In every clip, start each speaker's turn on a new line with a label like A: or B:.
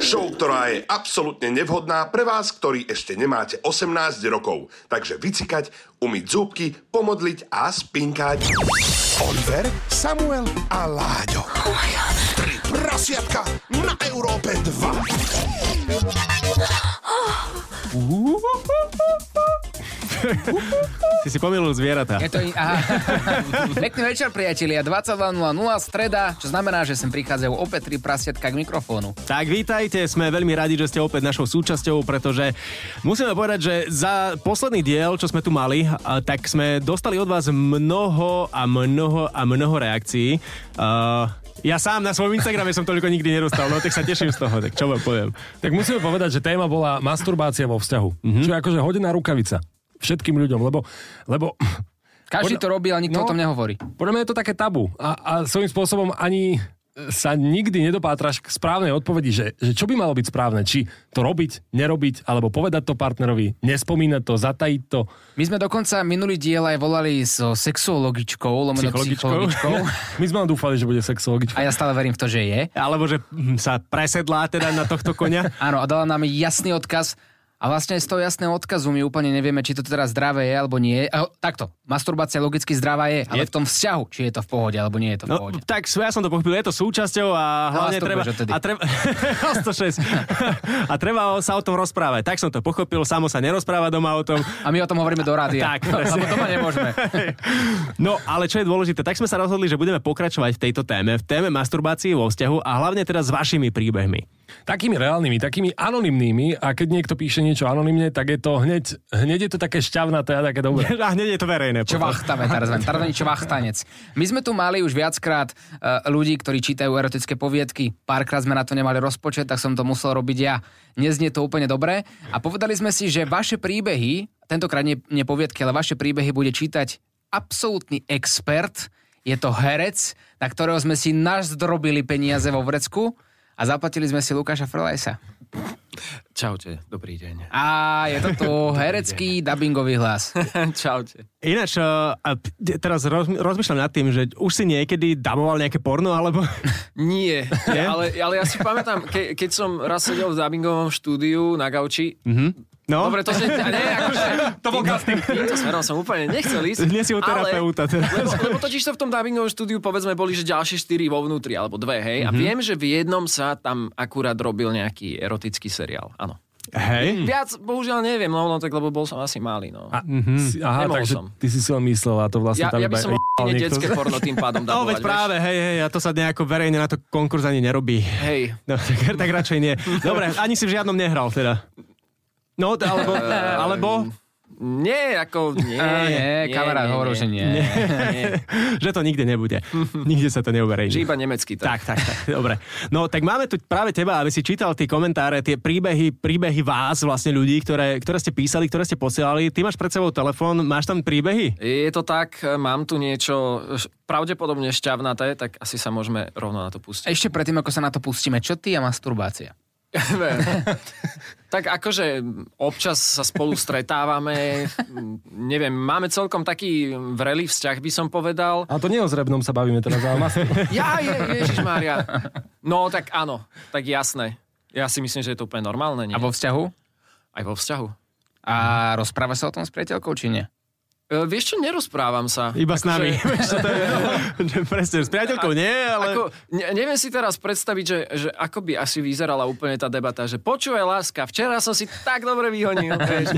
A: Show, ktorá je absolútne nevhodná pre vás, ktorí ešte nemáte 18 rokov. Takže vycikať, umyť zúbky, pomodliť a spinkať.
B: Oliver, Samuel a Láďo. Tri prasiatka na Európe 2.
C: Si si pomýlil zvieratá.
D: Je to... i- Aha. Pekný večer, priatelia. 22.00 streda, čo znamená, že sem prichádzajú opäť tri prasiatka k mikrofónu.
C: Tak vítajte, sme veľmi radi, že ste opäť našou súčasťou, pretože musíme povedať, že za posledný diel, čo sme tu mali, a tak sme dostali od vás mnoho a mnoho a mnoho reakcií. Uh, ja sám na svojom Instagrame som toľko nikdy nedostal, no tak sa teším z toho, tak čo vám poviem.
E: Tak musíme povedať, že téma bola masturbácia vo vzťahu. Mm-hmm. Čo je akože hodina rukavica všetkým ľuďom, lebo, lebo
D: Každý
E: Podľa-
D: to robí, ale nikto
E: No.
D: o tom nehovorí.
E: podľa mňa je to také tabu a, a svojím spôsobom ani sa nikdy nedopátraš k správnej odpovedi, že, že čo by malo byť správne, či to robiť, nerobiť, alebo povedať to partnerovi, nespomínať to, zatajiť to.
D: My sme dokonca minulý diel aj volali so sexuologičkou, lomeno
C: Psychologičkou.
D: psychologičkou.
E: My sme len dúfali, že bude sexologička.
D: A ja stále verím v to, že je.
C: Alebo že hm, sa presedlá teda na tohto konia.
D: Áno, a dala nám jasný odkaz. A vlastne aj z toho jasného odkazu my úplne nevieme, či to teda zdravé je alebo nie. E, takto, masturbácia logicky zdravá je, ale
C: Je-
D: v tom vzťahu, či je to v pohode alebo nie je to v
C: No,
D: pohode.
C: tak ja som to pochopil, je to súčasťou a hlavne
D: Hlas to
C: treba,
D: budeš odtedy.
C: a, treba, 106. a treba sa o tom rozprávať. Tak som to pochopil, samo sa nerozpráva doma o tom.
D: A my o tom hovoríme do rádia,
C: Tak, presne.
D: lebo doma nemôžeme.
C: No, ale čo je dôležité, tak sme sa rozhodli, že budeme pokračovať v tejto téme, v téme masturbácie vo vzťahu a hlavne teda s vašimi príbehmi.
E: takými reálnymi, takými anonymnými a keď niekto píše niečo anonymne, tak je to hneď, hneď je to také šťavnaté a také dobré.
C: A hneď je to verejné. potom.
D: Čvachtave, Tarzan, Tarzan čvachtanec. My sme tu mali už viackrát e, ľudí, ktorí čítajú erotické poviedky. Párkrát sme na to nemali rozpočet, tak som to musel robiť ja. Neznie to úplne dobre. A povedali sme si, že vaše príbehy, tentokrát nie, nie poviedky, ale vaše príbehy bude čítať absolútny expert. Je to herec, na ktorého sme si nazdrobili peniaze vo vrecku a zaplatili sme si Lukáša Frelajsa.
F: Čaute, dobrý deň.
D: A je to tu herecký dubbingový hlas.
F: Čaute.
C: Ináč, eh, a p- teraz roz, rozmýšľam nad tým, že už si niekedy daboval nejaké porno, alebo...
F: Nie,
C: Nie?
F: ale, ale ja si pamätám, ke, keď som raz sedel v dubbingovom štúdiu na gauči.
C: No,
F: Dobre, to si... Nie, akože, to bol casting. Týmto smerom som úplne nechcel ísť.
C: Nie si u terapeuta
F: Ale,
C: teraz.
F: lebo, lebo totiž to v tom dubbingovom štúdiu, povedzme, boli, že ďalšie štyri vo vnútri, alebo dve, hej. A viem, že v jednom sa tam akurát robil nejaký erotický seriál, áno.
D: Mm.
C: Hej.
F: Viac, bohužiaľ, neviem, no, no tak, lebo bol som asi malý, no.
E: A, si, aha,
F: Nemohol
E: takže
F: som.
E: ty si si len myslel a to vlastne
F: ja,
E: tam
F: ja by
E: iba
F: som
E: ejebal
F: mohol
E: niekto.
F: detské porno tým pádom
C: No,
F: dabovať.
C: veď práve, hej, hej, a to sa nejako verejne na to konkurs ani nerobí.
F: vieš. Hej,
C: No, tak, tak radšej nie. Dobre, ani si v žiadnom nehral teda. No, t- alebo, alebo
F: Nie, ako nie.
D: A nie, kamarát hovoril, že nie.
F: Ehm, nie.
C: že to nikde nebude. Nikde sa to neuverejní.
F: Že iba nemecký tak.
C: Tak, tak, tak, dobre. No, tak máme tu práve teba, aby si čítal tie komentáre, tie príbehy, príbehy vás, vlastne ľudí, ktoré, ktoré ste písali, ktoré ste posielali. Ty máš pred sebou telefón, máš tam príbehy?
F: Je to tak, mám tu niečo š- pravdepodobne šťavnaté, tak asi sa môžeme rovno na to pustiť.
D: Ešte predtým, ako sa na to pustíme, čo ty a masturbácia?
F: tak akože občas sa spolu stretávame, m, neviem, máme celkom taký vrelý vzťah, by som povedal.
E: A to nie o zrebnom sa bavíme teraz, ale mas-
F: Ja, je, Ježišmária. No, tak áno, tak jasné. Ja si myslím, že je to úplne normálne, nie?
D: A vo vzťahu?
F: Aj vo vzťahu.
D: A rozpráva sa o tom s priateľkou, či nie?
F: E, vieš čo, nerozprávam sa. Akože
C: Iba s nami. Vieš, čo to je? Že Presne, s priateľkou nie, ale...
F: Ako, ne, neviem si teraz predstaviť, že, že ako by asi vyzerala úplne tá debata, že počuje láska, včera som si tak dobre vyhonil. Vieš.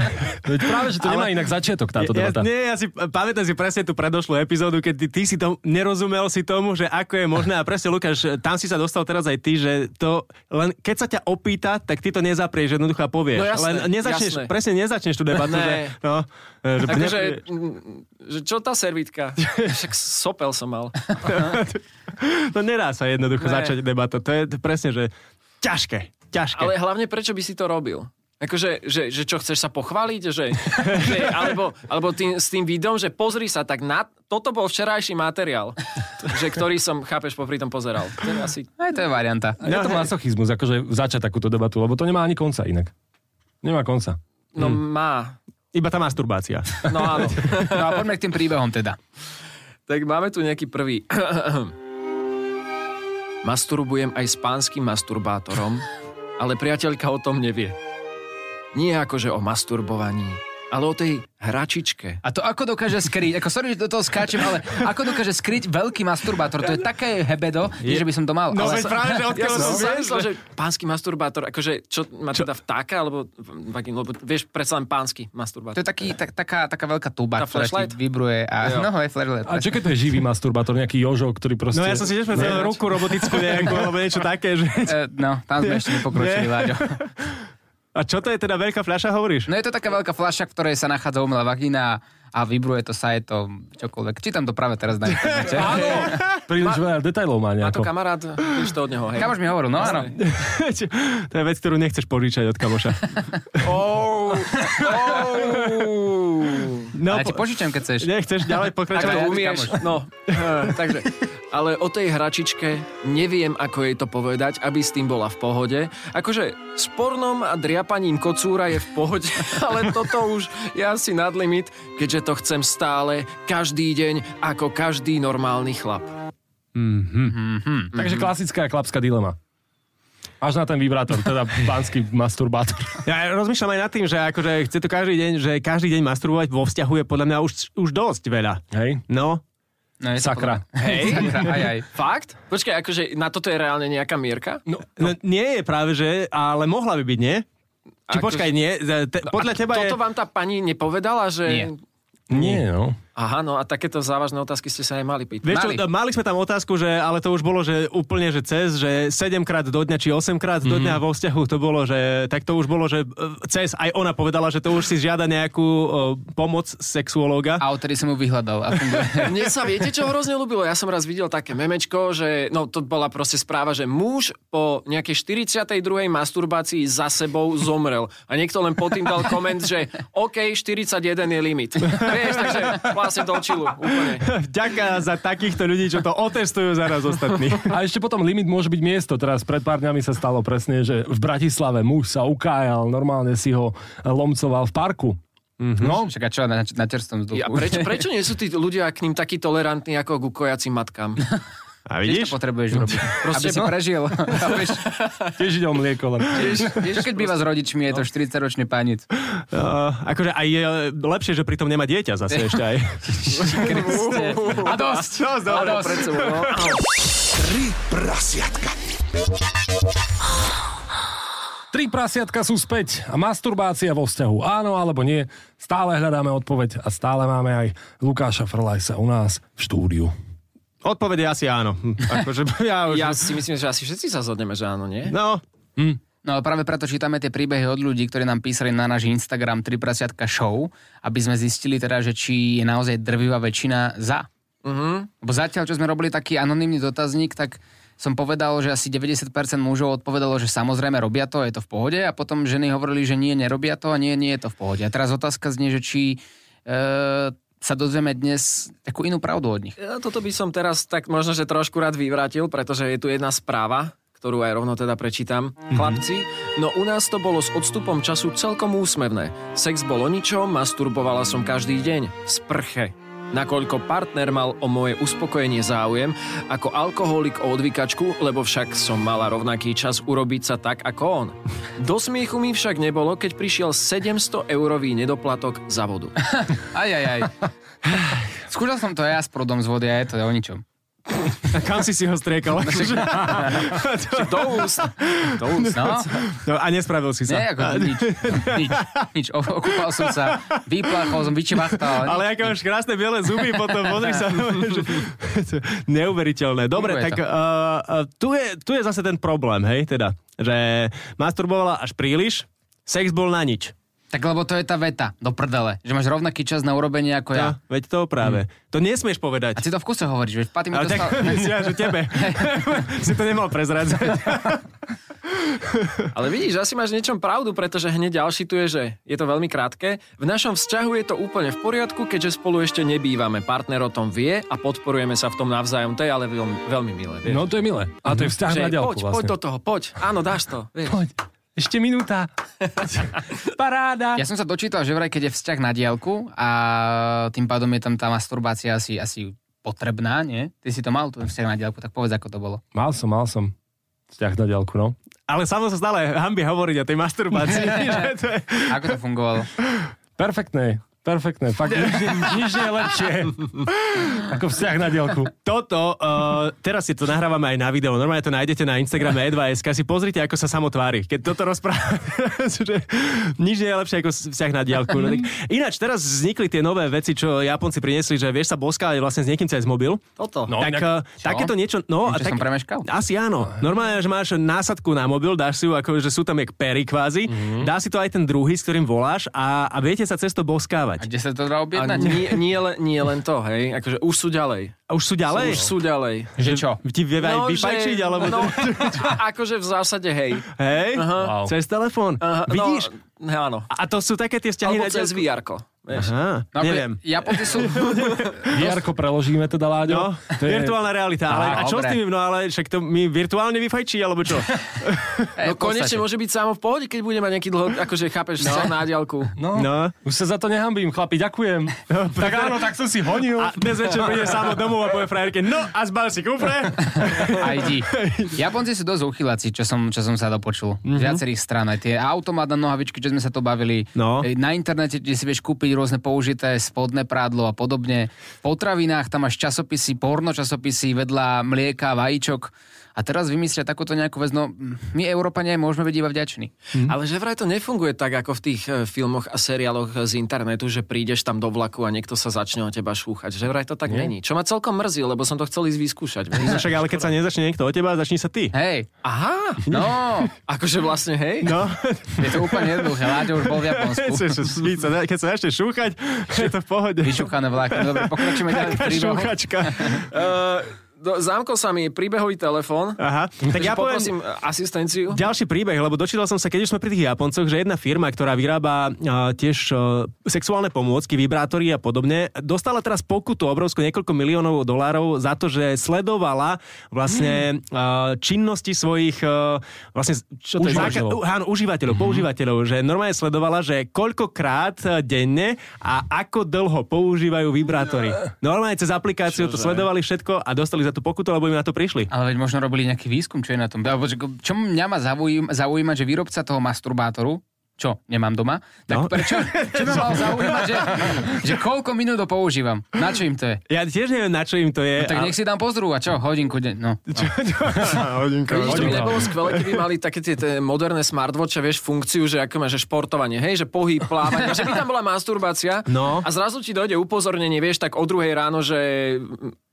E: Veď práve, že to nemá inak začiatok táto
C: Ja,
E: debata.
C: nie, ja si pamätám si presne tú predošlú epizódu, keď ty, ty si to nerozumel si tomu, že ako je možné. A presne, Lukáš, tam si sa dostal teraz aj ty, že to len keď sa ťa opýta, tak ty to nezaprieš, jednoducho a povieš.
F: No jasné,
C: len nezačneš,
F: jasné.
C: presne nezačneš tú debatu.
F: Ne.
C: že, no, že
F: Akože, m, že čo tá servitka? Však sopel som mal.
C: to nedá sa jednoducho
F: Ne.
C: začať debatu. To je to presne, že ťažké. Ťažké.
F: Ale hlavne prečo by si to robil? Akože, že, že čo, chceš sa pochváliť? Že, že, alebo alebo tým, s tým videom, že pozri sa, tak na, toto bol včerajší materiál, že, ktorý som, chápeš, popri tom pozeral. To je asi
D: No Aj to je varianta.
E: Je to masochizmus, akože začať takúto debatu, lebo to nemá ani konca inak. Nemá konca.
F: No má.
C: Iba tá masturbácia.
F: No áno.
D: No a poďme k tým príbehom teda.
F: Tak máme tu nejaký prvý. Masturbujem aj s pánskym masturbátorom, ale priateľka o tom nevie. Nie akože o masturbovaní, ale o tej hračičke.
D: A to ako dokáže skryť, ako sorry, že do toho skáčem, ale ako dokáže skryť veľký masturbátor, to je také hebedo, je, že by som to mal.
C: No
D: ale
C: veď práve, že
F: Ja
C: odkiaľ
F: som
C: som
F: si myslel, že pánsky masturbátor, akože čo má teda vtáka, alebo vagín, lebo vieš, predsa len pánsky
D: To
F: masturbátor.
D: je taký, tak, taká, taká veľká tuba,
F: Tá
D: ktorá ti
F: flashlight?
D: vibruje a no, je flashlight.
E: A čo keď to je živý masturbátor, nejaký jožo, ktorý proste...
C: No ja som si tiež predstavil ruku robotickú nejakú, alebo niečo také, že...
D: E, no, tam sme ešte
C: Nie.
D: nepokročili, Láďo.
C: A čo to je teda veľká fľaša, hovoríš?
D: No je to taká veľká fľaša, v ktorej sa nachádza umelá vagína a vibruje to sa, je to čokoľvek. Čítam to práve teraz na internete.
E: Áno, príliš veľa detajlov má
F: Má to
E: nejako.
F: kamarát, vieš to od neho, hej.
D: Kamož mi hovoril, no áno.
C: Čo- to je vec, ktorú nechceš požičať od kamoša.
F: Oh,
C: No,
D: A ja ti požičam, keď chceš.
C: nechceš ďalej
F: Ak
C: pokračovať?
F: to
D: Kamarát,
F: umieš,
D: kamoš.
F: no. Eh, takže, ale o tej hračičke neviem, ako jej to povedať, aby s tým bola v pohode. Akože s pornom a driapaním kocúra je v pohode, ale toto už je asi nad limit, keďže to chcem stále, každý deň, ako každý normálny chlap. Mhm.
E: Takže klasická klapská dilema. Až na ten vibrátor, teda pánsky masturbátor.
C: Ja rozmýšľam aj nad tým, že akože chce to každý deň, že každý deň masturbovať vo vzťahu je podľa mňa už, už dosť veľa.
E: Hej?
C: No,
D: No, je to
E: Sakra.
D: podľa- Sakra, aj, aj.
F: Fakt? Počkaj, akože na toto je reálne nejaká mierka? No,
C: no nie je práve, že, ale mohla by byť, nie? Či
F: Akože-
C: počkaj, nie? Te, podľa teba je...
F: toto vám tá pani nepovedala, že...
D: Nie.
E: Nie, no.
F: Aha, no a takéto závažné otázky ste sa nemali pýtať.
C: Vieš čo,
D: Mali.
C: mali. mali sme tam otázku, že, ale to už bolo, že úplne, že cez, že 7 krát do dňa, či 8 krát do dňa vo vzťahu to bolo, že tak to už bolo, že e, cez, aj ona povedala, že to už si žiada nejakú o, pomoc sexuológa.
D: A odtedy som ju vyhľadal. A funguje.
F: Mne sa viete, čo hrozne ľúbilo? Ja som raz videl také memečko, že no to bola proste správa, že muž po nejakej 42. masturbácii za sebou zomrel. A niekto len pod tým dal koment, že OK, 41 je limit. Vieš, takže vlastne do čilu, úplne.
C: Ďaká za takýchto ľudí, čo to otestujú za nás ostatní.
E: A ešte potom limit môže byť miesto. Teraz pred pár dňami sa stalo presne, že v Bratislave muž sa ukájal, normálne si ho lomcoval v parku.
D: No. Však a čo na, na čerstvom vzduchu?
F: Mhm. Ja, prečo, prečo nie sú tí ľudia k ním takí tolerantní ako ku kojacím matkám?
C: A
D: Tiež
C: vidíš?
D: to potrebuješ urobiť, aby
F: Proste
D: si
F: no.
D: prežil. chápeš?
E: Tiež ide o mlieko. Len.
F: Vieš, vieš,
D: Čo keď býva s rodičmi, je to
F: No.
D: 40-ročný pánec.
C: Uh, akože aj je lepšie, že pritom nemá dieťa zase ešte aj.
D: A dosť!
C: Dosť,
D: A
C: dobre.
D: dosť!
F: pred sebou, no.
B: Tri prasiatka.
E: Tri prasiatka sú späť a masturbácia vo vzťahu. Áno alebo nie, stále hľadáme odpoveď a stále máme aj Lukáša Frlajsa u nás v štúdiu.
C: Odpovede asi áno. Akože, ja už...
F: Ja si myslím, že asi všetci sa zhodneme, že áno, nie?
C: No,
D: No ale práve preto čítame tie príbehy od ľudí, ktorí nám písali na náš Instagram 3 prasiatka show, aby sme zistili teda, že či je naozaj drvivá väčšina za. Mm-hmm. Lebo zatiaľ, čo sme robili taký anonymný dotazník, tak som povedal, že asi 90% mužov odpovedalo, že samozrejme robia to, je to v pohode a potom ženy hovorili, že nie, nerobia to a nie, nie je to v pohode. A teraz otázka znie, že či e, sa dozvieme dnes takú inú pravdu od nich.
F: Ja toto by som teraz tak možno, že trošku rád vyvrátil, pretože je tu jedna správa, ktorú aj rovno teda prečítam. Mm-hmm. Chlapci, no u nás to bolo s odstupom času celkom úsmevné. Sex bol o ničom, masturbovala som každý deň. V sprche. Nakoľko partner mal o moje uspokojenie záujem, ako alkoholik o odvykačku, lebo však som mala rovnaký čas urobiť sa tak ako on. Do smiechu mi však nebolo, keď prišiel 700 eurový nedoplatok za vodu.
D: Aj, aj, aj. Skúšal som to aj ja s prúdom z vody a je to o ničom.
C: kam si si ho striekal? Akože,
F: Do úst. Do úst.
D: No,
C: no, a nespravil si sa.
D: nie, ako nič, nič, nič. O- Okúpal som sa, vyplachol som, vyčivachtal. Ale...
C: Ale aké máš krásne biele zuby potom, pozri sa. že- Neuveriteľné. Dobre,
D: Funguje
C: tak
D: to.
C: uh, uh, tu, je, tu je zase ten problém, hej, teda, že masturbovala až príliš, sex bol na nič.
D: Tak lebo to je tá veta, do prdele, že máš rovnaký čas na urobenie ako ja.
C: Ja.
D: Hm.
C: Veď to práve. To nesmieš
D: A
C: povedať.
D: ty to v kuse hovoríš, vieš, Paty mi
C: Ale
D: to
C: tak,
D: stalo.
C: ja, že tebe. si to nemal prezradzať.
F: Ale vidíš, asi máš v niečom pravdu, pretože hneď ďalší tu je, že je to veľmi krátke. V našom vzťahu je to úplne v poriadku, keďže spolu ešte nebývame. Partner o tom vie a podporujeme sa v tom navzájom. To je ale veľmi, veľmi milé. Vieš?
E: No to je milé. A to je vzťah
F: Mhm. že,
E: na ďalku
F: poď, poď
E: vlastne.
F: do toho, poď. Áno, dáš to. Vieš.
E: Poď, ešte minúta. Paráda.
D: Ja som sa dočítal, že vraj, keď je vzťah na diálku a tým pádom je tam tá masturbácia asi, asi potrebná, nie? Ty si to mal, ten vzťah na diálku, tak povedz, ako to bolo.
E: Mal som, mal som. Vzťah na ďalku, no.
C: Ale samo sa stále hambia hovoriť o tej masturbácii. že to je...
D: Ako to fungovalo?
E: Perfektné, perfektné. Fakt, nič, nie- nič nie je lepšie ako vzťah na dielku.
C: Toto, uh, teraz si to nahrávame aj na video. Normálne to nájdete na Instagrame E e2.sk. Si pozrite, ako sa samo tvári. Keď toto rozpráva, že nič nie je lepšie ako vzťah na diálku. No, tak... Ináč, teraz vznikli tie nové veci, čo Japonci priniesli, že vieš sa boskávať vlastne s niekým cez mobil.
F: Toto.
E: No,
C: tak,
E: inak- No,
C: inak... takéto niečo... No,
D: Niečo som premeškal?
C: Asi áno. Normálne, že máš násadku na mobil, dáš si ju, ako, že sú tam jak pery kvázi,
E: Mhm.
C: dá si to aj ten druhý, s ktorým voláš a, a viete sa cez to
D: A
C: boskávať.
D: kde sa to dá
E: No.
F: A
D: objednať?
F: nie, nie, len, nie len to, hej. Akože už sú ďalej.
C: A už sú ďalej?
F: Už
E: no.
F: sú ďalej.
D: Že čo?
C: Ti vie aj vypajčiť, alebo...
F: No, akože v zásade, hej.
C: Hej?
E: Wow.
C: Cez telefón.
F: Aha,
C: Vidíš?
F: No, áno.
C: A to sú také tie vzťahy
F: Alebo
C: na
F: cez
C: diaľku.
F: vr vieš.
C: Aha,
D: No, ako-
C: neviem.
D: Japonci sú... e,
E: Jarko preložíme teda, Láďo.
C: No,
E: To je-
C: virtuálna realita. Ale,
D: Á,
C: a čo
D: dobre.
C: s tým? No ale však to mi virtuálne vyfajčí, alebo čo?
D: Eh,
F: No
D: v
F: konečne
D: podstate.
F: môže byť samo v pohode, keď bude mať nejaký dlho, akože chápeš, no. na diálku.
E: No,
C: No.
E: už sa za to nehambím, chlapi, ďakujem. tak áno, tak som si honil.
C: A dnes večer príde samo domov a povie frajerke, no a zbal si kufre.
D: A idi. Japonci sú dosť uchyláci, čo som, čo som sa dopočul. Mm-hmm. Z viacerých strán. Aj tie automat na nohavičky, čo sme sa to bavili.
C: No.
D: E, Na internete, kde si vieš kúpiť rôzne použité spodné prádlo a podobne. V potravinách tam máš časopisy, porno časopisy vedľa mlieka, vajíčok. A teraz vymyslia takúto nejakú vec. No, my Európania môžeme byť iba vďační.
C: Mhm.
F: Ale že vraj to nefunguje tak, ako v tých e, filmoch a seriáloch z internetu, že prídeš tam do vlaku a niekto sa začne o teba šúchať. Že vraj to tak není. Čo ma celkom mrzí, lebo som to chcel ísť vyskúšať. vieš.
C: No však ale keď sa nezačne niekto o teba, začni sa ty.
D: Hej,
F: Aha,
D: no,
F: akože vlastne, hej.
C: No,
D: je to úplne jednoduché. Láďo už bol
C: keď
D: v Japonsku.
C: sa, keď sa, keď sa začne šúchať, je to v pohode.
D: Vyšúchané vláky. No, Dobre, pokračujeme ďalej. v
C: Taká
D: príbehu.
C: šúchačka.
F: Uh, do, zamkol sa mi príbehový telefón.
C: Aha, tak
F: Takže
C: ja poviem,
F: poprosím e, asistenciu.
C: Ďalší príbeh, lebo dočítal som sa, keď už sme pri tých Japoncoch, že jedna firma, ktorá vyrába a, tiež a, sexuálne pomôcky, vibrátory a podobne, dostala teraz pokutu obrovskú niekoľko miliónov dolárov za to, že sledovala vlastne a, činnosti svojich a, vlastne, čo to
E: Užívateľov.
C: je, záka- áno, užívateľov, používateľov, že normálne sledovala, že koľkokrát e, denne a ako dlho používajú vibrátory. Normálne cez aplikáciu to sledovali všetko a dostali za tú pokutu, lebo im na to prišli.
D: Ale veď možno robili nejaký výskum, čo je na tom. Alebo že- čo mňa ma zaujíma, zaujíma že výrobca toho masturbátoru, čo nemám doma, tak
C: No.
D: no. prečo, čo by mal zaujímať, že, že koľko minút ho používam? Na čo im to je?
C: Ja tiež neviem, na čo im to je.
D: No Tak
C: ale-
D: nech si tam pozrú a čo, hodinku deň, no.
F: Vidíš, to by
E: Hodinka.
F: nebolo skvelé, keby mali také tie, tie moderné smartwatche, vieš, funkciu, že ako máš že športovanie, hej, že pohyb, plávanie, že by tam bola masturbácia
C: No.
F: a zrazu ti dojde upozornenie, vieš, tak o druhej ráno, že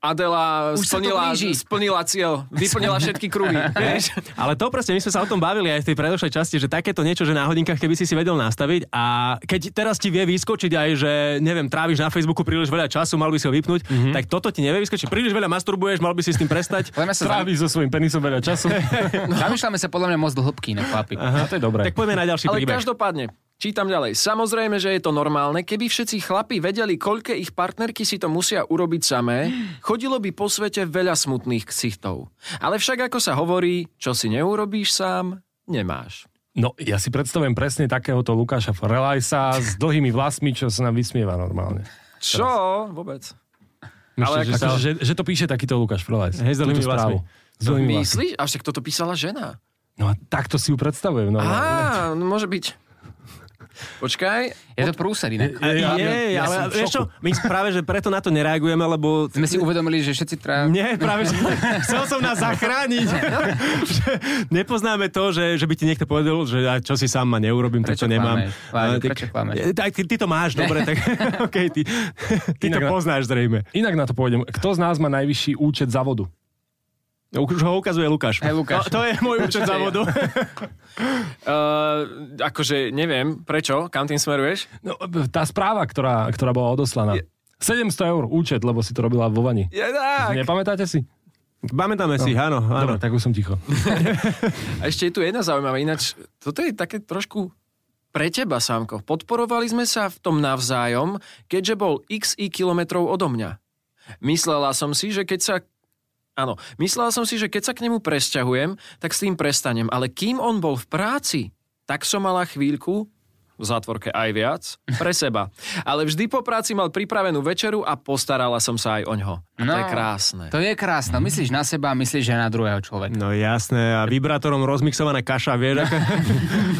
F: Adela
D: Už sa to
F: splnila,
D: blíži.
F: splnila cieľ, vyplnila všetky kruhy, vieš.
C: Ale to presne, my sme sa o tom bavili aj v tej predošlej časti, že takéto niečo, že na hodinkách, keby si si vedel nastaviť a keď teraz ti vie vyskočiť aj, že neviem, tráviš na Facebooku príliš veľa času, mal by si ho vypnúť,
E: Mhm.
C: mm-hmm. tak toto ti nevie vyskočiť. Príliš veľa masturbuješ, mal by si s tým prestať.
D: Poďme sa
E: Trávi so svojím penisom veľa času.
D: zam- zamýšľame sa podľa mňa moc do hĺbky, ne chlapi.
E: No, to je dobré.
C: Tak poďme na ďalší
F: Ale
C: príbeh.
F: každopádne, Čítam ďalej. Samozrejme, že je to normálne, keby všetci chlapi vedeli, koľké ich partnerky si to musia urobiť samé, chodilo by po svete veľa smutných ksichtov. Ale však ako sa hovorí, čo si neurobíš sám, nemáš.
E: No, ja si predstavujem presne takéhoto Lukáša Forelajsa s dlhými vlasmi, čo sa nám vysmieva normálne.
F: Čo? Vôbec.
E: Myslíš, že,
F: ako-
E: sa... že, že to píše takýto Lukáš Forelajs.
C: akože- Hej, s dlhými
E: túto správu. S dlhými vlasmi.
F: Myslíš? A však toto písala žena.
E: No a takto si ju predstavujem. No,
F: Á, no môže byť. Počkaj.
D: Je to prúser inak.
C: Je,
E: Ja-
C: je,
E: ja- ja
C: ale
E: som v
C: vieš čo, my práve, že preto na to nereagujeme, lebo...
D: no. Sme si uvedomili, že všetci traja...
C: Nie, práve, že chcel som nás zachrániť. Že Nepoznáme to, že, že by ti niekto povedal, že a čo si sám ma neurobím, tak
D: Prečo
C: to nemám.
D: klameš, Láďo,
C: A tak- E,
D: prečo klameš?
C: Tak ty, ty to máš, dobre, tak okej, ty, ty to
E: Inak-
C: poznáš zrejme.
E: Inak na to pôjdem. Kto z nás má najvyšší účet za vodu?
C: Už ho ukazuje Lukáš.
D: Hej, Lukáš.
C: To, to je môj účet
F: Počkaj,
C: závodu.
F: Uh, akože neviem, prečo, kam tým smeruješ?
E: No, tá správa, ktorá, ktorá bola odoslaná. 700 eur účet, lebo si to robila vo vani.
F: Je tak.
E: Nepamätáte si?
C: Pamätáme si,
D: No.
C: áno, áno.
E: Dobre, tak už som ticho.
F: A ešte je tu jedna zaujímavá, ináč toto je také trošku pre teba, Sámko. Podporovali sme sa v tom navzájom, keďže bol xi kilometrov odo mňa. Myslela som si, že keď sa Áno, myslela som si, že keď sa k nemu presťahujem, tak s tým prestanem, ale kým on bol v práci, tak som mala chvíľku, v zátvorke aj viac, pre seba. Ale vždy po práci mal pripravenú večeru a postarala som sa aj o ňo. A to je krásne.
D: To je krásne. Myslíš na seba, myslíš aj na druhého človeka.
C: No jasné, a vibrátorom rozmixovaná kaša, vieš? ako-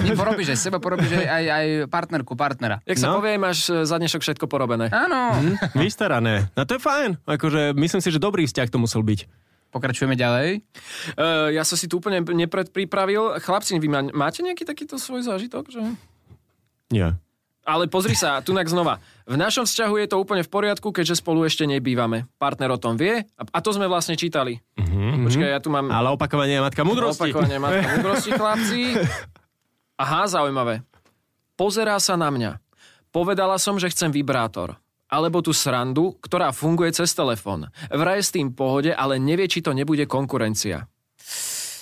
D: Nie porobíš aj seba, porobíš aj, aj, aj partnerku, partnera.
F: Jak sa
C: No.
F: povie, máš e, za dnešok všetko porobené.
D: Áno.
C: Vystarané. No to je fajn. Akože myslím si, že dobrý vzťah to musel byť.
D: Pokračujeme ďalej.
F: E, ja som si tu úplne nepredpripravil. Chlapci, vy ma- máte nejaký takýto svoj zážitok? Že...
C: Nie.
F: Ale pozri sa, tunak znova. V našom vzťahu je to úplne v poriadku, keďže spolu ešte nebývame. Partner o tom vie a, a to sme vlastne čítali. Mm-hmm. Počkaj, ja tu mám
C: Ale opakovanie je matka múdrosti.
F: opakovane matka múdrosti, chlapci. Aha, zaujímavé. Pozerá sa na mňa. Povedala som, že chcem vibrátor. Alebo tú srandu, ktorá funguje cez telefón. Vraj je s tým v pohode, ale nevie, či to nebude konkurencia.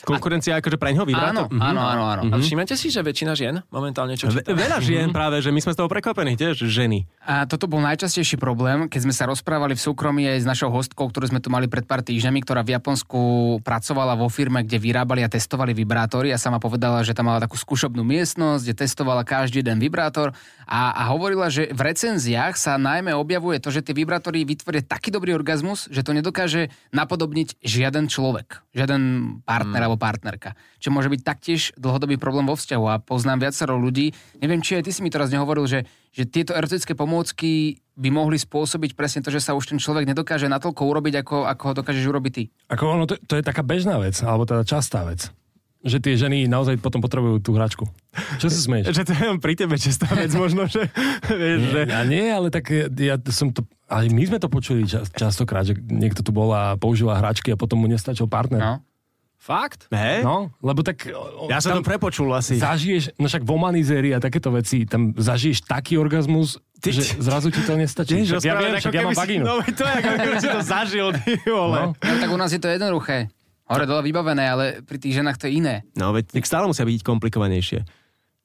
C: Konkurencia akože pre ňoho
D: Áno,
C: vibrátor.
D: áno, áno, áno.
C: Mhm.
F: A všímate si, že väčšina žien momentálne čo
C: Ve-
F: číta?
C: Veľa žien práve, že my sme z toho prekvapení tiež, ženy.
D: A toto bol najčastejší problém, keď sme sa rozprávali v súkromí aj s našou hostkou, ktorú sme tu mali pred pár týždňami, ktorá v Japonsku pracovala vo firme, kde vyrábali a testovali vibrátory a sama povedala, že tam mala takú skúšobnú miestnosť, kde testovala každý jeden vibrátor a, a hovorila, že v recenziách sa najmä objavuje to, že tie vibrátory vytvoria taký dobrý orgazmus, že to nedokáže napodobniť žiaden človek, žiaden partner alebo partnerka. Čo môže byť taktiež dlhodobý problém vo vzťahu a poznám viacero ľudí. Neviem, či aj ty si mi to raz nehovoril, že, že tieto erotické pomôcky by mohli spôsobiť presne to, že sa už ten človek nedokáže natoľko urobiť, ako, ako ho dokážeš urobiť ty.
E: Ako ono, to, to je taká bežná vec, alebo teda častá vec. Že tie ženy naozaj potom potrebujú tú hračku. Čo si smeješ?
C: Že to je pri tebe čestá vec možno, že vieš, že...
E: Ja nie, ale tak ja- ja som to... Aj my sme to počuli čas, častokrát, že niekto tu bol a používal hračky a potom mu nestačil partner.
D: No.
F: Fakt?
C: Hej?
E: No, lebo tak... o- o-
C: Ja som
E: tam
C: to prepočul asi.
E: Zažiješ, no však v omanizérii a takéto veci, tam zažiješ taký orgazmus,
C: Ty-
E: že zrazu ti to nestačí.
C: Vieš,
E: Však ja viem,
C: rozprávaš,
E: však
C: ako
E: ja
C: keby
E: mám
C: si-
E: vagínu.
C: No, veď to je, ako keby si to zažil, ty vole.
E: No.
D: No, tak u nás je to jednoduché. Hore dole vybavené, ale pri tých ženách to je iné.
C: No, veď tak stále musia byť komplikovanejšie.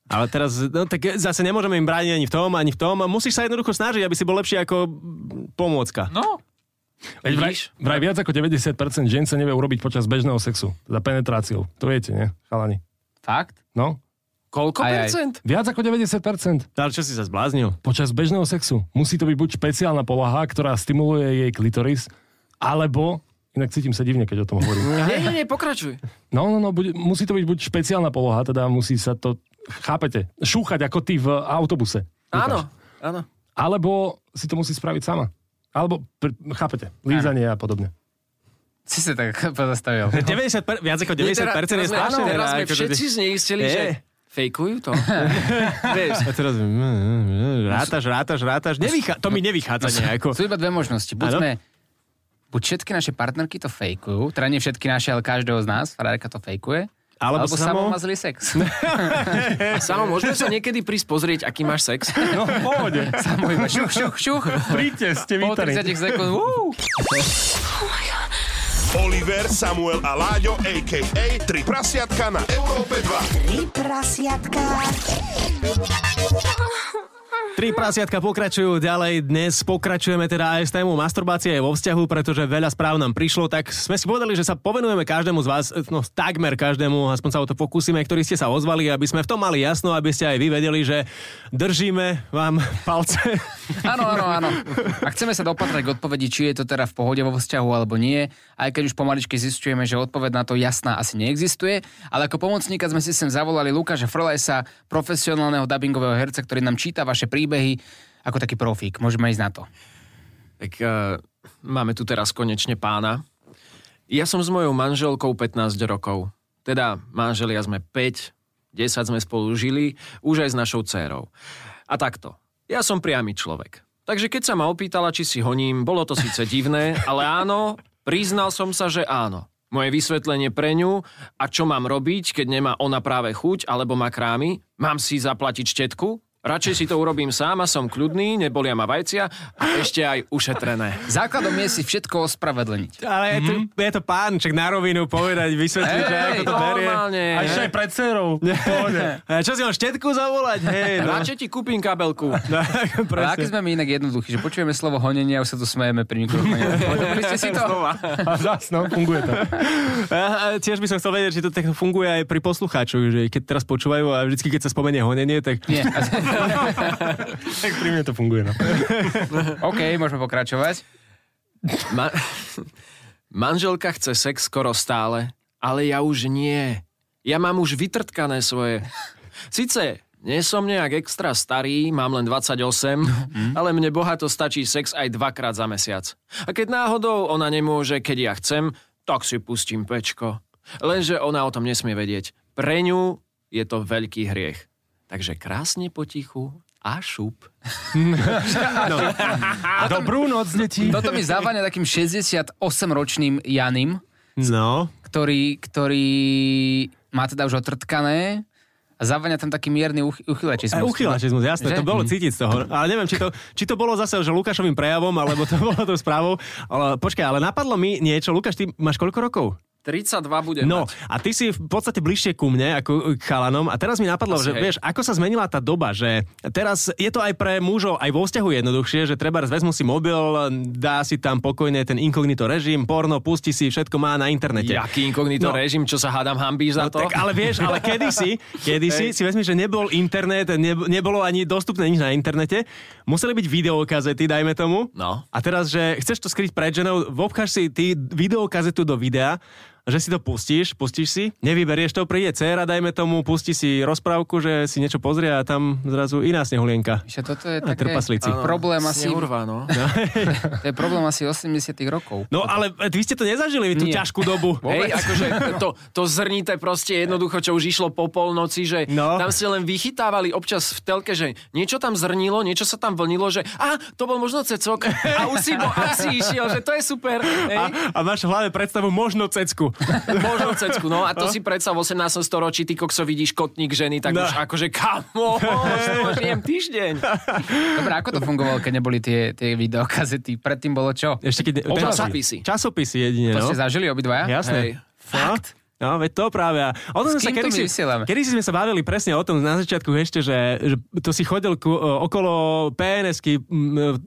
C: Ale teraz, no tak zase nemôžeme im brániť ani v tom, ani v tom. A musíš sa jednoducho snažiť, aby si bol lepší ako pomôcka.
F: No.
E: Veď vraj,
F: Vidíš?
E: vraj viac ako 90% žien sa nevie urobiť počas bežného sexu, teda penetráciou. To viete, nie, chalani?
D: Fakt?
E: No,
F: Koľko
D: Aj, aj.
F: percent?
E: viac ako 90%
C: Ale čo si sa zbláznil?
E: počas bežného sexu. Musí to byť buď špeciálna poloha, ktorá stimuluje jej klitoris, alebo, inak cítim sa divne, keď o tom hovorím.
F: Nie, nie, nie, pokračuj.
E: No, no, no, bude, musí to byť buď špeciálna poloha, teda musí sa to, chápete, šúchať ako ty v autobuse.
F: Áno, áno.
E: Alebo si to musí spraviť sama. Alebo, pr- chápete, lízanie a podobne.
D: Si sa tak pozastavil.
C: 90, per- viac ako 90% je
F: teraz, sme-
C: strašné.
F: teraz sme
C: akože-
F: všetci zneistili,
C: Je.
F: že fejkujú to. Vieš,
C: A teraz mm, mm, rátaš, rátaš, rátaš. Nevychá... To mi nevychádza nejako.
D: Sú iba dve možnosti.
C: Áno.
D: Buď sme buď všetky naše partnerky to fejkujú, teda nie všetky naše, ale každého z nás, frajerka to fejkuje,
C: Alebo
D: alebo
C: samo-
D: samo má zlý sex.
F: samo, môžeme sa niekedy prísť pozrieť, aký máš sex?
E: No, v pohode.
D: samo iba šuch, šuch, šuch.
E: Príďte, ste
D: Po
E: vítaní.
D: 30 sekúnd. uú.
A: Oliver, Samuel a Láďo, a.k.a. Tri prasiatka na Európe 2.
G: Tri prasiatka.
C: Tri prasiatka pokračujú ďalej. Dnes pokračujeme teda aj s tému masturbácie vo vzťahu, pretože veľa správ nám prišlo, tak sme si povedali, že sa povenujeme každému z vás, no takmer každému, aspoň sa o to pokúsime, ktorí ste sa ozvali, aby sme v tom mali jasno, aby ste aj vy vedeli, že držíme vám palce.
D: Áno, áno, áno. A chceme sa dopatrať k odpovedi, či je to teda v pohode vo vzťahu alebo nie, aj keď už pomaličky zistujeme, že odpoveď na to jasná asi neexistuje, ale ako pomocníka sme si sem zavolali Lukáša Frolejsa, profesionálneho dubbingového herca, ktorý nám číta vaše príbehy ako taký profík. Môžeme ísť na to.
F: Tak uh, máme tu teraz konečne pána. Ja som s mojou manželkou 15 rokov. Teda manželia sme 5, 10 sme spolu žili, už aj s našou dcérou. A takto. Ja som priamy človek. Takže keď sa ma opýtala, či si honím, bolo to síce divné, ale áno, priznal som sa, že áno. Moje vysvetlenie pre ňu a čo mám robiť, keď nemá ona práve chuť alebo má krámy, mám si zaplatiť štetku? Radšej si to urobím sám a som kľudný, nebolia ma vajcia a ešte aj ušetrené.
D: Základom je si všetko ospravedlniť.
C: Ale je to,
F: Mhm.
C: je to pán, čak na rovinu povedať, vysvetliť, že
D: Hej,
C: ako to berie.
F: Normálne.
E: A ešte aj pred cerou.
C: A Čo si mám štetku zavolať? Hej, no.
F: Radšej ti kúpim kabelku.
D: Ale aký sme my inak jednoduchí, že počujeme slovo honenie a už sa tu smejeme pri mikrofóne. Uvedomili ste si to?
E: A zás, no, funguje to.
C: A, a tiež by som chcel vedieť, či to takto funguje aj pri poslucháčoch, že keď teraz počúvajú a vždycky, keď sa spomenie honenie, tak
D: Nie.
E: Tak pri mne to funguje, no.
D: OK, môžeme pokračovať.
F: Ma- manželka chce sex skoro stále, ale ja už nie. Ja mám už vytrtkané svoje. Sice nie som nejak extra starý, mám len 28, ale mne boha to stačí sex aj dvakrát za mesiac. A keď náhodou ona nemôže, keď ja chcem, tak si pustím pečko. Lenže ona o tom nesmie vedieť. Pre ňu je to veľký hriech. Takže krásne potichu a šup.
E: Dobrú noc, deti.
D: Toto mi závania takým 68-ročným Janim,
C: No,
D: ktorý, ktorý má teda už otrtkané a závania tam taký mierny uch,
C: e,
D: uchylačizmus.
C: uchylačizmus, jasné,
D: Že?
C: to
F: Hm.
C: bolo cítiť z toho. Ale neviem, či to, či to bolo zase že Lukášovým prejavom, alebo to bolo tou správou. Ale, počkaj, ale napadlo mi niečo. Lukáš, ty máš koľko rokov?
F: 32 bude
C: No,
F: mať.
C: a ty si v podstate bližšie ku mne ako k chalanom a teraz mi napadlo,
F: Asi,
C: že
F: hej.
C: vieš, ako sa zmenila tá doba, že teraz je to aj pre mužov aj vo vzťahu jednoduchšie, že treba vezmu si mobil, dá si tam pokojne ten inkognito režim, porno, pustí si, všetko má na internete.
F: Jaký
C: No.
F: inkognito režim, čo sa hádam, hambíš
C: No,
F: za to?
C: tak ale vieš, ale kedysi, kedysi si vezmi, že nebol internet, ne, nebolo ani dostupné nič na internete, museli byť videokazety, dajme tomu.
F: No.
C: A teraz, že chceš to skryť pred ženou, vobcháš si ty videokazetu do videa, že si to pustíš, pustíš si, nevyberieš to, príde dcera, dajme tomu, pustí si rozprávku, že si niečo pozrie a tam zrazu iná snehulienka.
D: Že toto je
C: A
D: také
C: trpaslíci.
D: Áno, problém asi,
F: Snehurva, no.
D: to je problém asi 80 rokov.
C: No ale vy ste to nezažili, vy tú
D: Nie.
C: ťažkú dobu.
F: Hej, akože to, to zrnité proste jednoducho, čo už išlo po polnoci, že
C: No.
F: no. tam ste len vychytávali občas v telke, že niečo tam zrnilo, niečo sa tam vlnilo, že a to bol možno cecok a už si, bo, a už si išiel, že to je
C: A,
F: super. Hej.
C: a máš v hlave predstavu možno cecku.
F: Možno cecku, no a to si predsa v 18. storočí, ty kokso vidíš kotník ženy, tak
C: No.
F: no. už akože kamo, už žijem týždeň.
D: Dobre, ako to fungovalo, keď neboli tie, tie videokazety? Predtým bolo čo?
C: Ešte keď...
F: Obrazy.
C: Časopisy. Časopisy jedine,
D: To
C: no.
D: ste zažili obidvaja?
C: Jasné.
F: Hej.
C: Fakt? No, veď to práve. A O tom sme
D: S
C: sa
D: kým to
C: kedy,
D: my
C: si,
D: vysielame?
C: kedy si sme sa bavili presne o tom na začiatku ešte, že, že to si chodil ku, okolo PNS-ky m, e,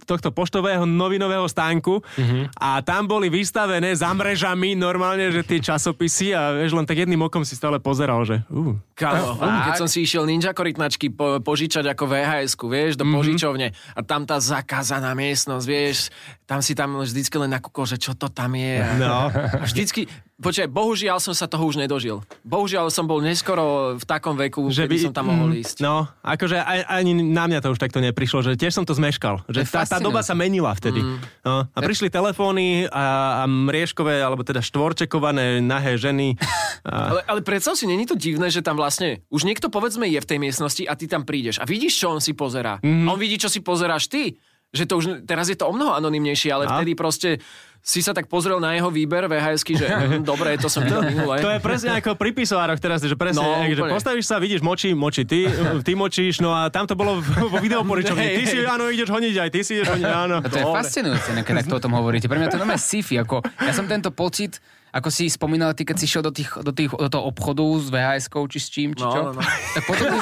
C: tohto poštového novinového stánku
D: Mhm.
C: a tam boli vystavené za mrežami normálne, že tie časopisy a vieš, len tak jedným okom si stále pozeral, že uh,
F: Kámo, keď som si išiel ninja koritnačky po, požičať ako VHS-ku, vieš, do požičovne a tam tá zakázaná miestnosť, vieš, tam si tam vždycky len nakúkol, že čo to tam je.
C: No.
F: A vždycky, počkaj, bohužiaľ som sa toho už nedožil. Bohužiaľ som bol neskoro v takom veku, že by som tam mohol
C: Mm,
F: ísť.
C: No, akože aj, ani na mňa to už takto neprišlo, že tiež som to zmeškal. Že
D: To je
C: tá, tá
D: fascinujúce.
C: doba sa menila vtedy. Mm. No, a prišli telefóny a, a mriežkové, alebo teda štvorčekované nahé ženy. A,
F: Ale, ale predstav si, není to divné, že tam vlastne už niekto povedzme je v tej miestnosti a ty tam prídeš a vidíš, čo on si pozerá. Mm. On vidí, čo si pozeráš ty. Že to už, teraz je to o mnoho anonymnejšie, ale
C: A?
F: vtedy proste si sa tak pozrel na jeho výber vhs že hm, dobre, to som videl minule.
C: to je presne ako pri pisoároch teraz, že presne,
F: No,
C: no, že
F: úplne.
C: postavíš sa, vidíš, močí, močí ty, ty močíš, no a tam to bolo v- vo videoporičovni. Ty si, áno, ideš honiť, aj ty si ideš honiť, áno.
D: A to je fascinujúce, ne, keď takto o tom hovoríte. Pre mňa to je normálne sci-fi. Ako, ja som tento pocit, ako si spomínal ty, keď si šiel do, tých, do, tých, do toho obchodu s VHS-kou, či s čím, či
F: No,
D: čo.
F: no, no.
D: Tak podobný,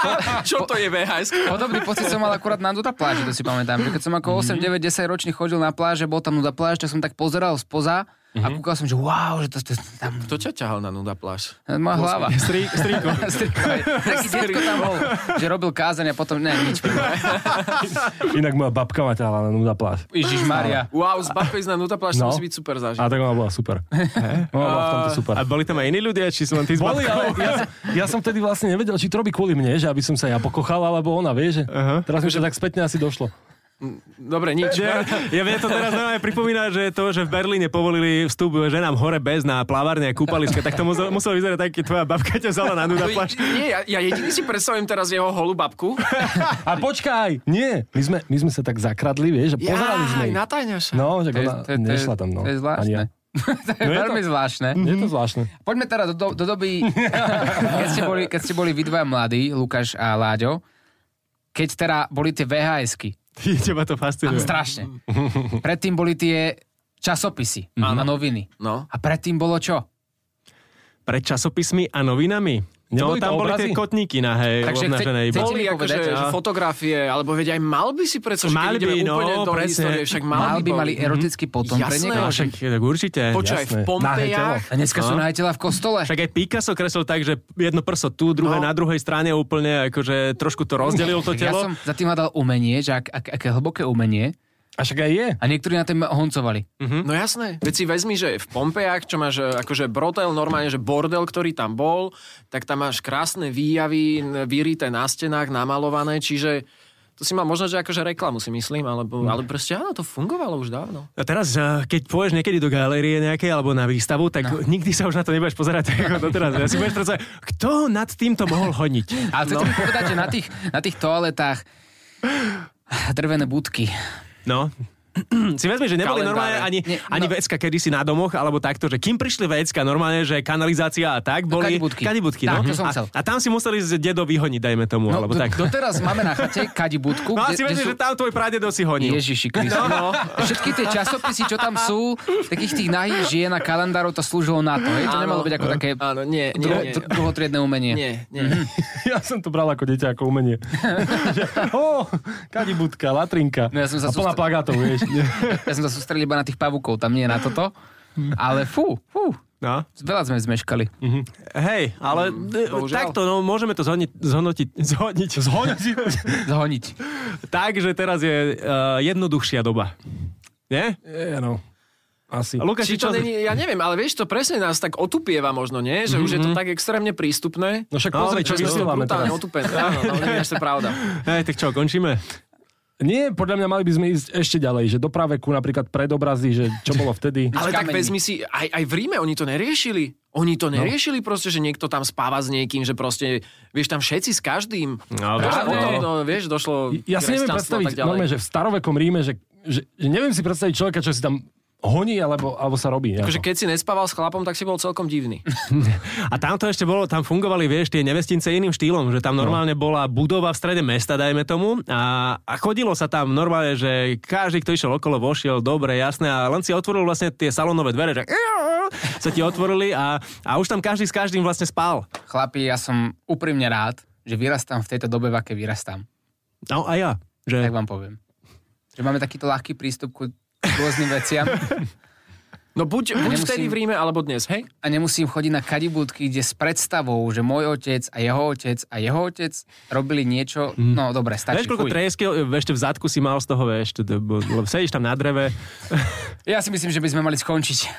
F: Čo to je VHS?
D: podobný pocit som mal akurát na Nuda pláži, to si pamätám. Že keď som ako 8, 9, 10 ročný chodil na pláže, bol tam Nuda pláž, tak som tak pozeral spoza a kúkal som, že wow, že to, to, to tam
F: Kto ťa ťahal na nuda pláž?
D: moja hlava.
C: Strí, strýko.
D: Striko, aj. Taký detko tam bol, že robil kázania, potom ne, nič.
E: Inak moja babka ma ťahala na nuda pláž.
D: Ježiš Maria.
F: Wow, z babkou ísť na nuda pláž, to
E: No.
F: musí byť super
E: A
F: zážitok.
E: tak ona bola super. Ona bola v tomto super.
C: A boli tam aj iní ľudia, či sú len tí s
E: Boli,
C: babkou?
E: ale ja, som- ja som vtedy vlastne nevedel, či to robí kvôli mne, že aby som sa ja pokochal, alebo ona, vie, že uh-huh. teraz mi to tak spätne asi došlo.
F: Dobre, nič.
C: Ja, ja mne to teraz normálne pripomína, že to, že v Berlíne povolili vstup ženám hore bez na plávárne a kúpaliska, tak to muselo, muselo vyzerať tak, keď tvoja babka ťa vzala na nuda pláž.
F: Nie, ja, ja jediný si predstavujem teraz jeho holú babku.
E: A počkaj! Nie, my sme, my sme sa tak zakradli, vieš, že pozerali sme ich.
F: natáňaš.
E: No, že
D: To je-
E: ona
D: to je- to je-
E: nešla tam, no.
D: To je
E: Ani ja.
D: zvláštne. Mhm. To je
E: No je to-
D: veľmi zvláštne.
E: Je to zvláštne.
D: Poďme teda do, do, do doby, keď ste, boli, keď ste boli vy dvaja mladí, Lukáš a Láďo, keď teda boli tie VHSky.
C: Ty, teba to fascinuje.
D: Strašne. Predtým boli tie časopisy a noviny.
F: No.
D: A predtým bolo čo?
C: Pred časopismi a novinami. No,
E: Neboli to
C: tam boli tie
E: obrazy?
C: kotníky na hej,
D: Takže
C: obnažené.
D: chce-
C: iba.
D: chcete-
F: Boli
D: mi
F: akože
D: povedať?
F: že fotografie, alebo veď aj mal by si predsa, že keď
C: Mal by,
F: ideme
C: no,
F: úplne do
C: presne.
F: histórie, však mal,
D: Mal by
F: bol.
D: mali er- erotický potom pre
F: Jasné,
C: No,
D: niekoho.
C: však tak určite.
F: Počúvaj, v
E: Jasné. Nahé telo.
F: Pompejách
D: A dneska sú nájtela v kostole.
C: Však aj Picasso kreslil tak, že jedno prso tu, druhé
F: No.
C: na druhej strane úplne, akože trošku to rozdelil to
D: Ja
C: telo.
D: som za tým hľadal umenie, že ak, ak, aké hlboké umenie.
E: A však aj je.
D: A niektorí na tým honcovali.
F: No jasné, veď si vezmi, že v Pompejach, čo máš e, akože brotel, normálne, že bordel, ktorý tam bol, tak tam máš krásne výjavy n- vyrité na stenách, namalované, čiže to si mal možno, že akože reklamu si
D: Hm.
F: myslím, alebo, ale proste áno, to fungovalo už dávno.
C: A teraz, eh, keď pôjdeš niekedy do galérie nejakej alebo na výstavu, tak no. nikdy sa už na to nebudeš pozerať ako doteraz. Ja si budeš predsa, kto nad týmto mohol honiť?
D: Ale chcete mi povedať, že na tých, na tých toaletách drvené budky.
C: No, si vezmi, že neboli
F: Kalendáre.
C: normálne ani,
D: Nie,
C: ani
D: no.
C: vecka kedysi na domoch, alebo takto, že kým prišli vecka, normálne, že kanalizácia a tak, boli
D: No, kadibudky.
C: kadibudky
D: Tak,
C: no.
D: to som chcel.
C: a, a tam si museli z dedo vyhoniť, dajme tomu, no, alebo
D: do-
C: tak.
D: Doteraz máme na chate kadibudku,
C: No a si
D: kde, kde
C: vezmi,
D: sú...
C: že tam tvoj pradedo si honil.
D: Ježiši Kriste. No. Všetky tie časopisy, čo tam sú, takých tých nahých žien a kalendárov, to slúžilo na to. Hej? To
F: Áno.
D: nemalo byť ako také
F: Áno, nie, nie,
D: dru-
F: nie.
D: dru- Mhm. druhotriedne umenie.
F: Nie, nie.
E: Ja som to bral ako dieťa, ako umenie. Že, Ó, kadibudka, latrinka.
D: No ja som sa
E: a plná
D: sústre-
E: plagátov, vieš.
D: Ja som sa sústredil iba na tých pavúkov, tam nie na toto. Ale fú, fú,
C: No.
D: veľa sme zmeškali.
C: Hej, ale
D: Mm,
C: d-
F: bohužiaľ.
C: takto, no, môžeme to zhodniť, zhodnotiť, zhodniť, zhodniť.
D: Zhoniť.
C: tak, že teraz je uh, jednoduchšia doba. Nie?
E: Je, no, asi.
C: Lukáš,
F: Eh, Či
C: ty čo?
F: to není, ja neviem, ale vieš, to presne nás tak otupieva možno, nie?
D: Mhm,
F: Že už je to tak extrémne prístupné.
E: No však
C: No,
E: pozri,
C: veď
E: čo
C: čo
E: vysielame teraz.
F: Brutálne otupené, áno, no, nie, až to je pravda.
C: Hej, tak čo, končíme?
E: Nie, podľa mňa mali by sme ísť ešte ďalej, že do praveku napríklad predobrazy, že čo bolo vtedy.
F: Ale tak
D: kamení.
F: vezmi si, aj, aj v Ríme oni to neriešili. Oni to neriešili proste, že niekto tam spáva s niekým, že proste, vieš, tam všetci s každým.
C: No,
F: Došlo
C: práve.
F: potom, no, vieš, došlo
E: Ja si neviem
F: kresťanstvo a
E: predstaviť,
F: tak ďalej.
E: normálne, že v starovekom Ríme, že, že, že neviem si predstaviť človeka, čo si tam honí alebo, alebo sa robí. nejako.
F: Akože keď si nespával s chlapom, tak si bol celkom divný.
C: A tam to ešte bolo, tam fungovali, vieš, tie nevestince iným štýlom, že
F: No.
C: tam normálne bola budova v strede mesta, dajme tomu, a, a chodilo sa tam normálne, že každý, kto išiel okolo, vošiel, dobre, jasné, a len si otvoril vlastne tie salónové dvere, že sa ti otvorili a, a už tam každý s každým vlastne spal.
D: Chlapi, ja som úprimne rád, že vyrastám v tejto dobe, v aké vyrastám.
C: No a ja, že...
D: Tak vám poviem. Že máme takýto ľahký prístup ku rôznym veciam
F: No buď, buď
D: Nemusím-
F: vtedy v Ríme, alebo dnes, hej?
D: a nemusím chodiť na kadibudky, kde s predstavou, že môj otec a jeho otec a jeho otec robili niečo, no dobre,
C: Vieš,
D: stačí,
C: koľko
D: fuj.
C: tresky ešte v zadku si mal z toho, vieš, to- to- lebo sedíš tam na dreve.
D: Ja si myslím, že by sme mali skončiť.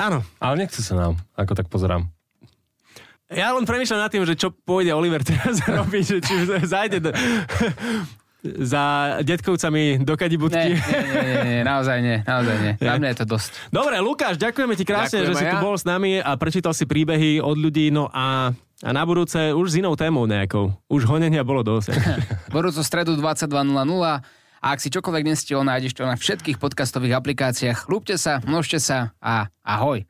C: Áno.
E: Ale nechce sa nám, ako tak pozerám.
C: Ja len premyšľam nad tým, že čo pôjde Oliver teraz robiť, že či zajde do... za detkovcami do
D: Nie, nie,
C: kadibudky.
D: nie, nie, nie, naozaj nie, naozaj nie. Na mňa je to dosť.
C: Dobre, Lukáš, ďakujeme ti krásne,
F: Ďakujem
C: že si
F: aj
C: tu
F: ja.
C: bol s nami a prečítal si príbehy od ľudí, no a, a na budúce už s inou témou nejakou. Už honenia bolo dosť.
D: Budúcu stredu 22.00 a ak si čokoľvek nestihol, nájdeš to na všetkých podcastových aplikáciách. Lúpte sa, množte sa a ahoj.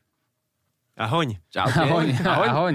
C: a hoň.
F: Čau.
D: Ahoj, ahoj. ahoj.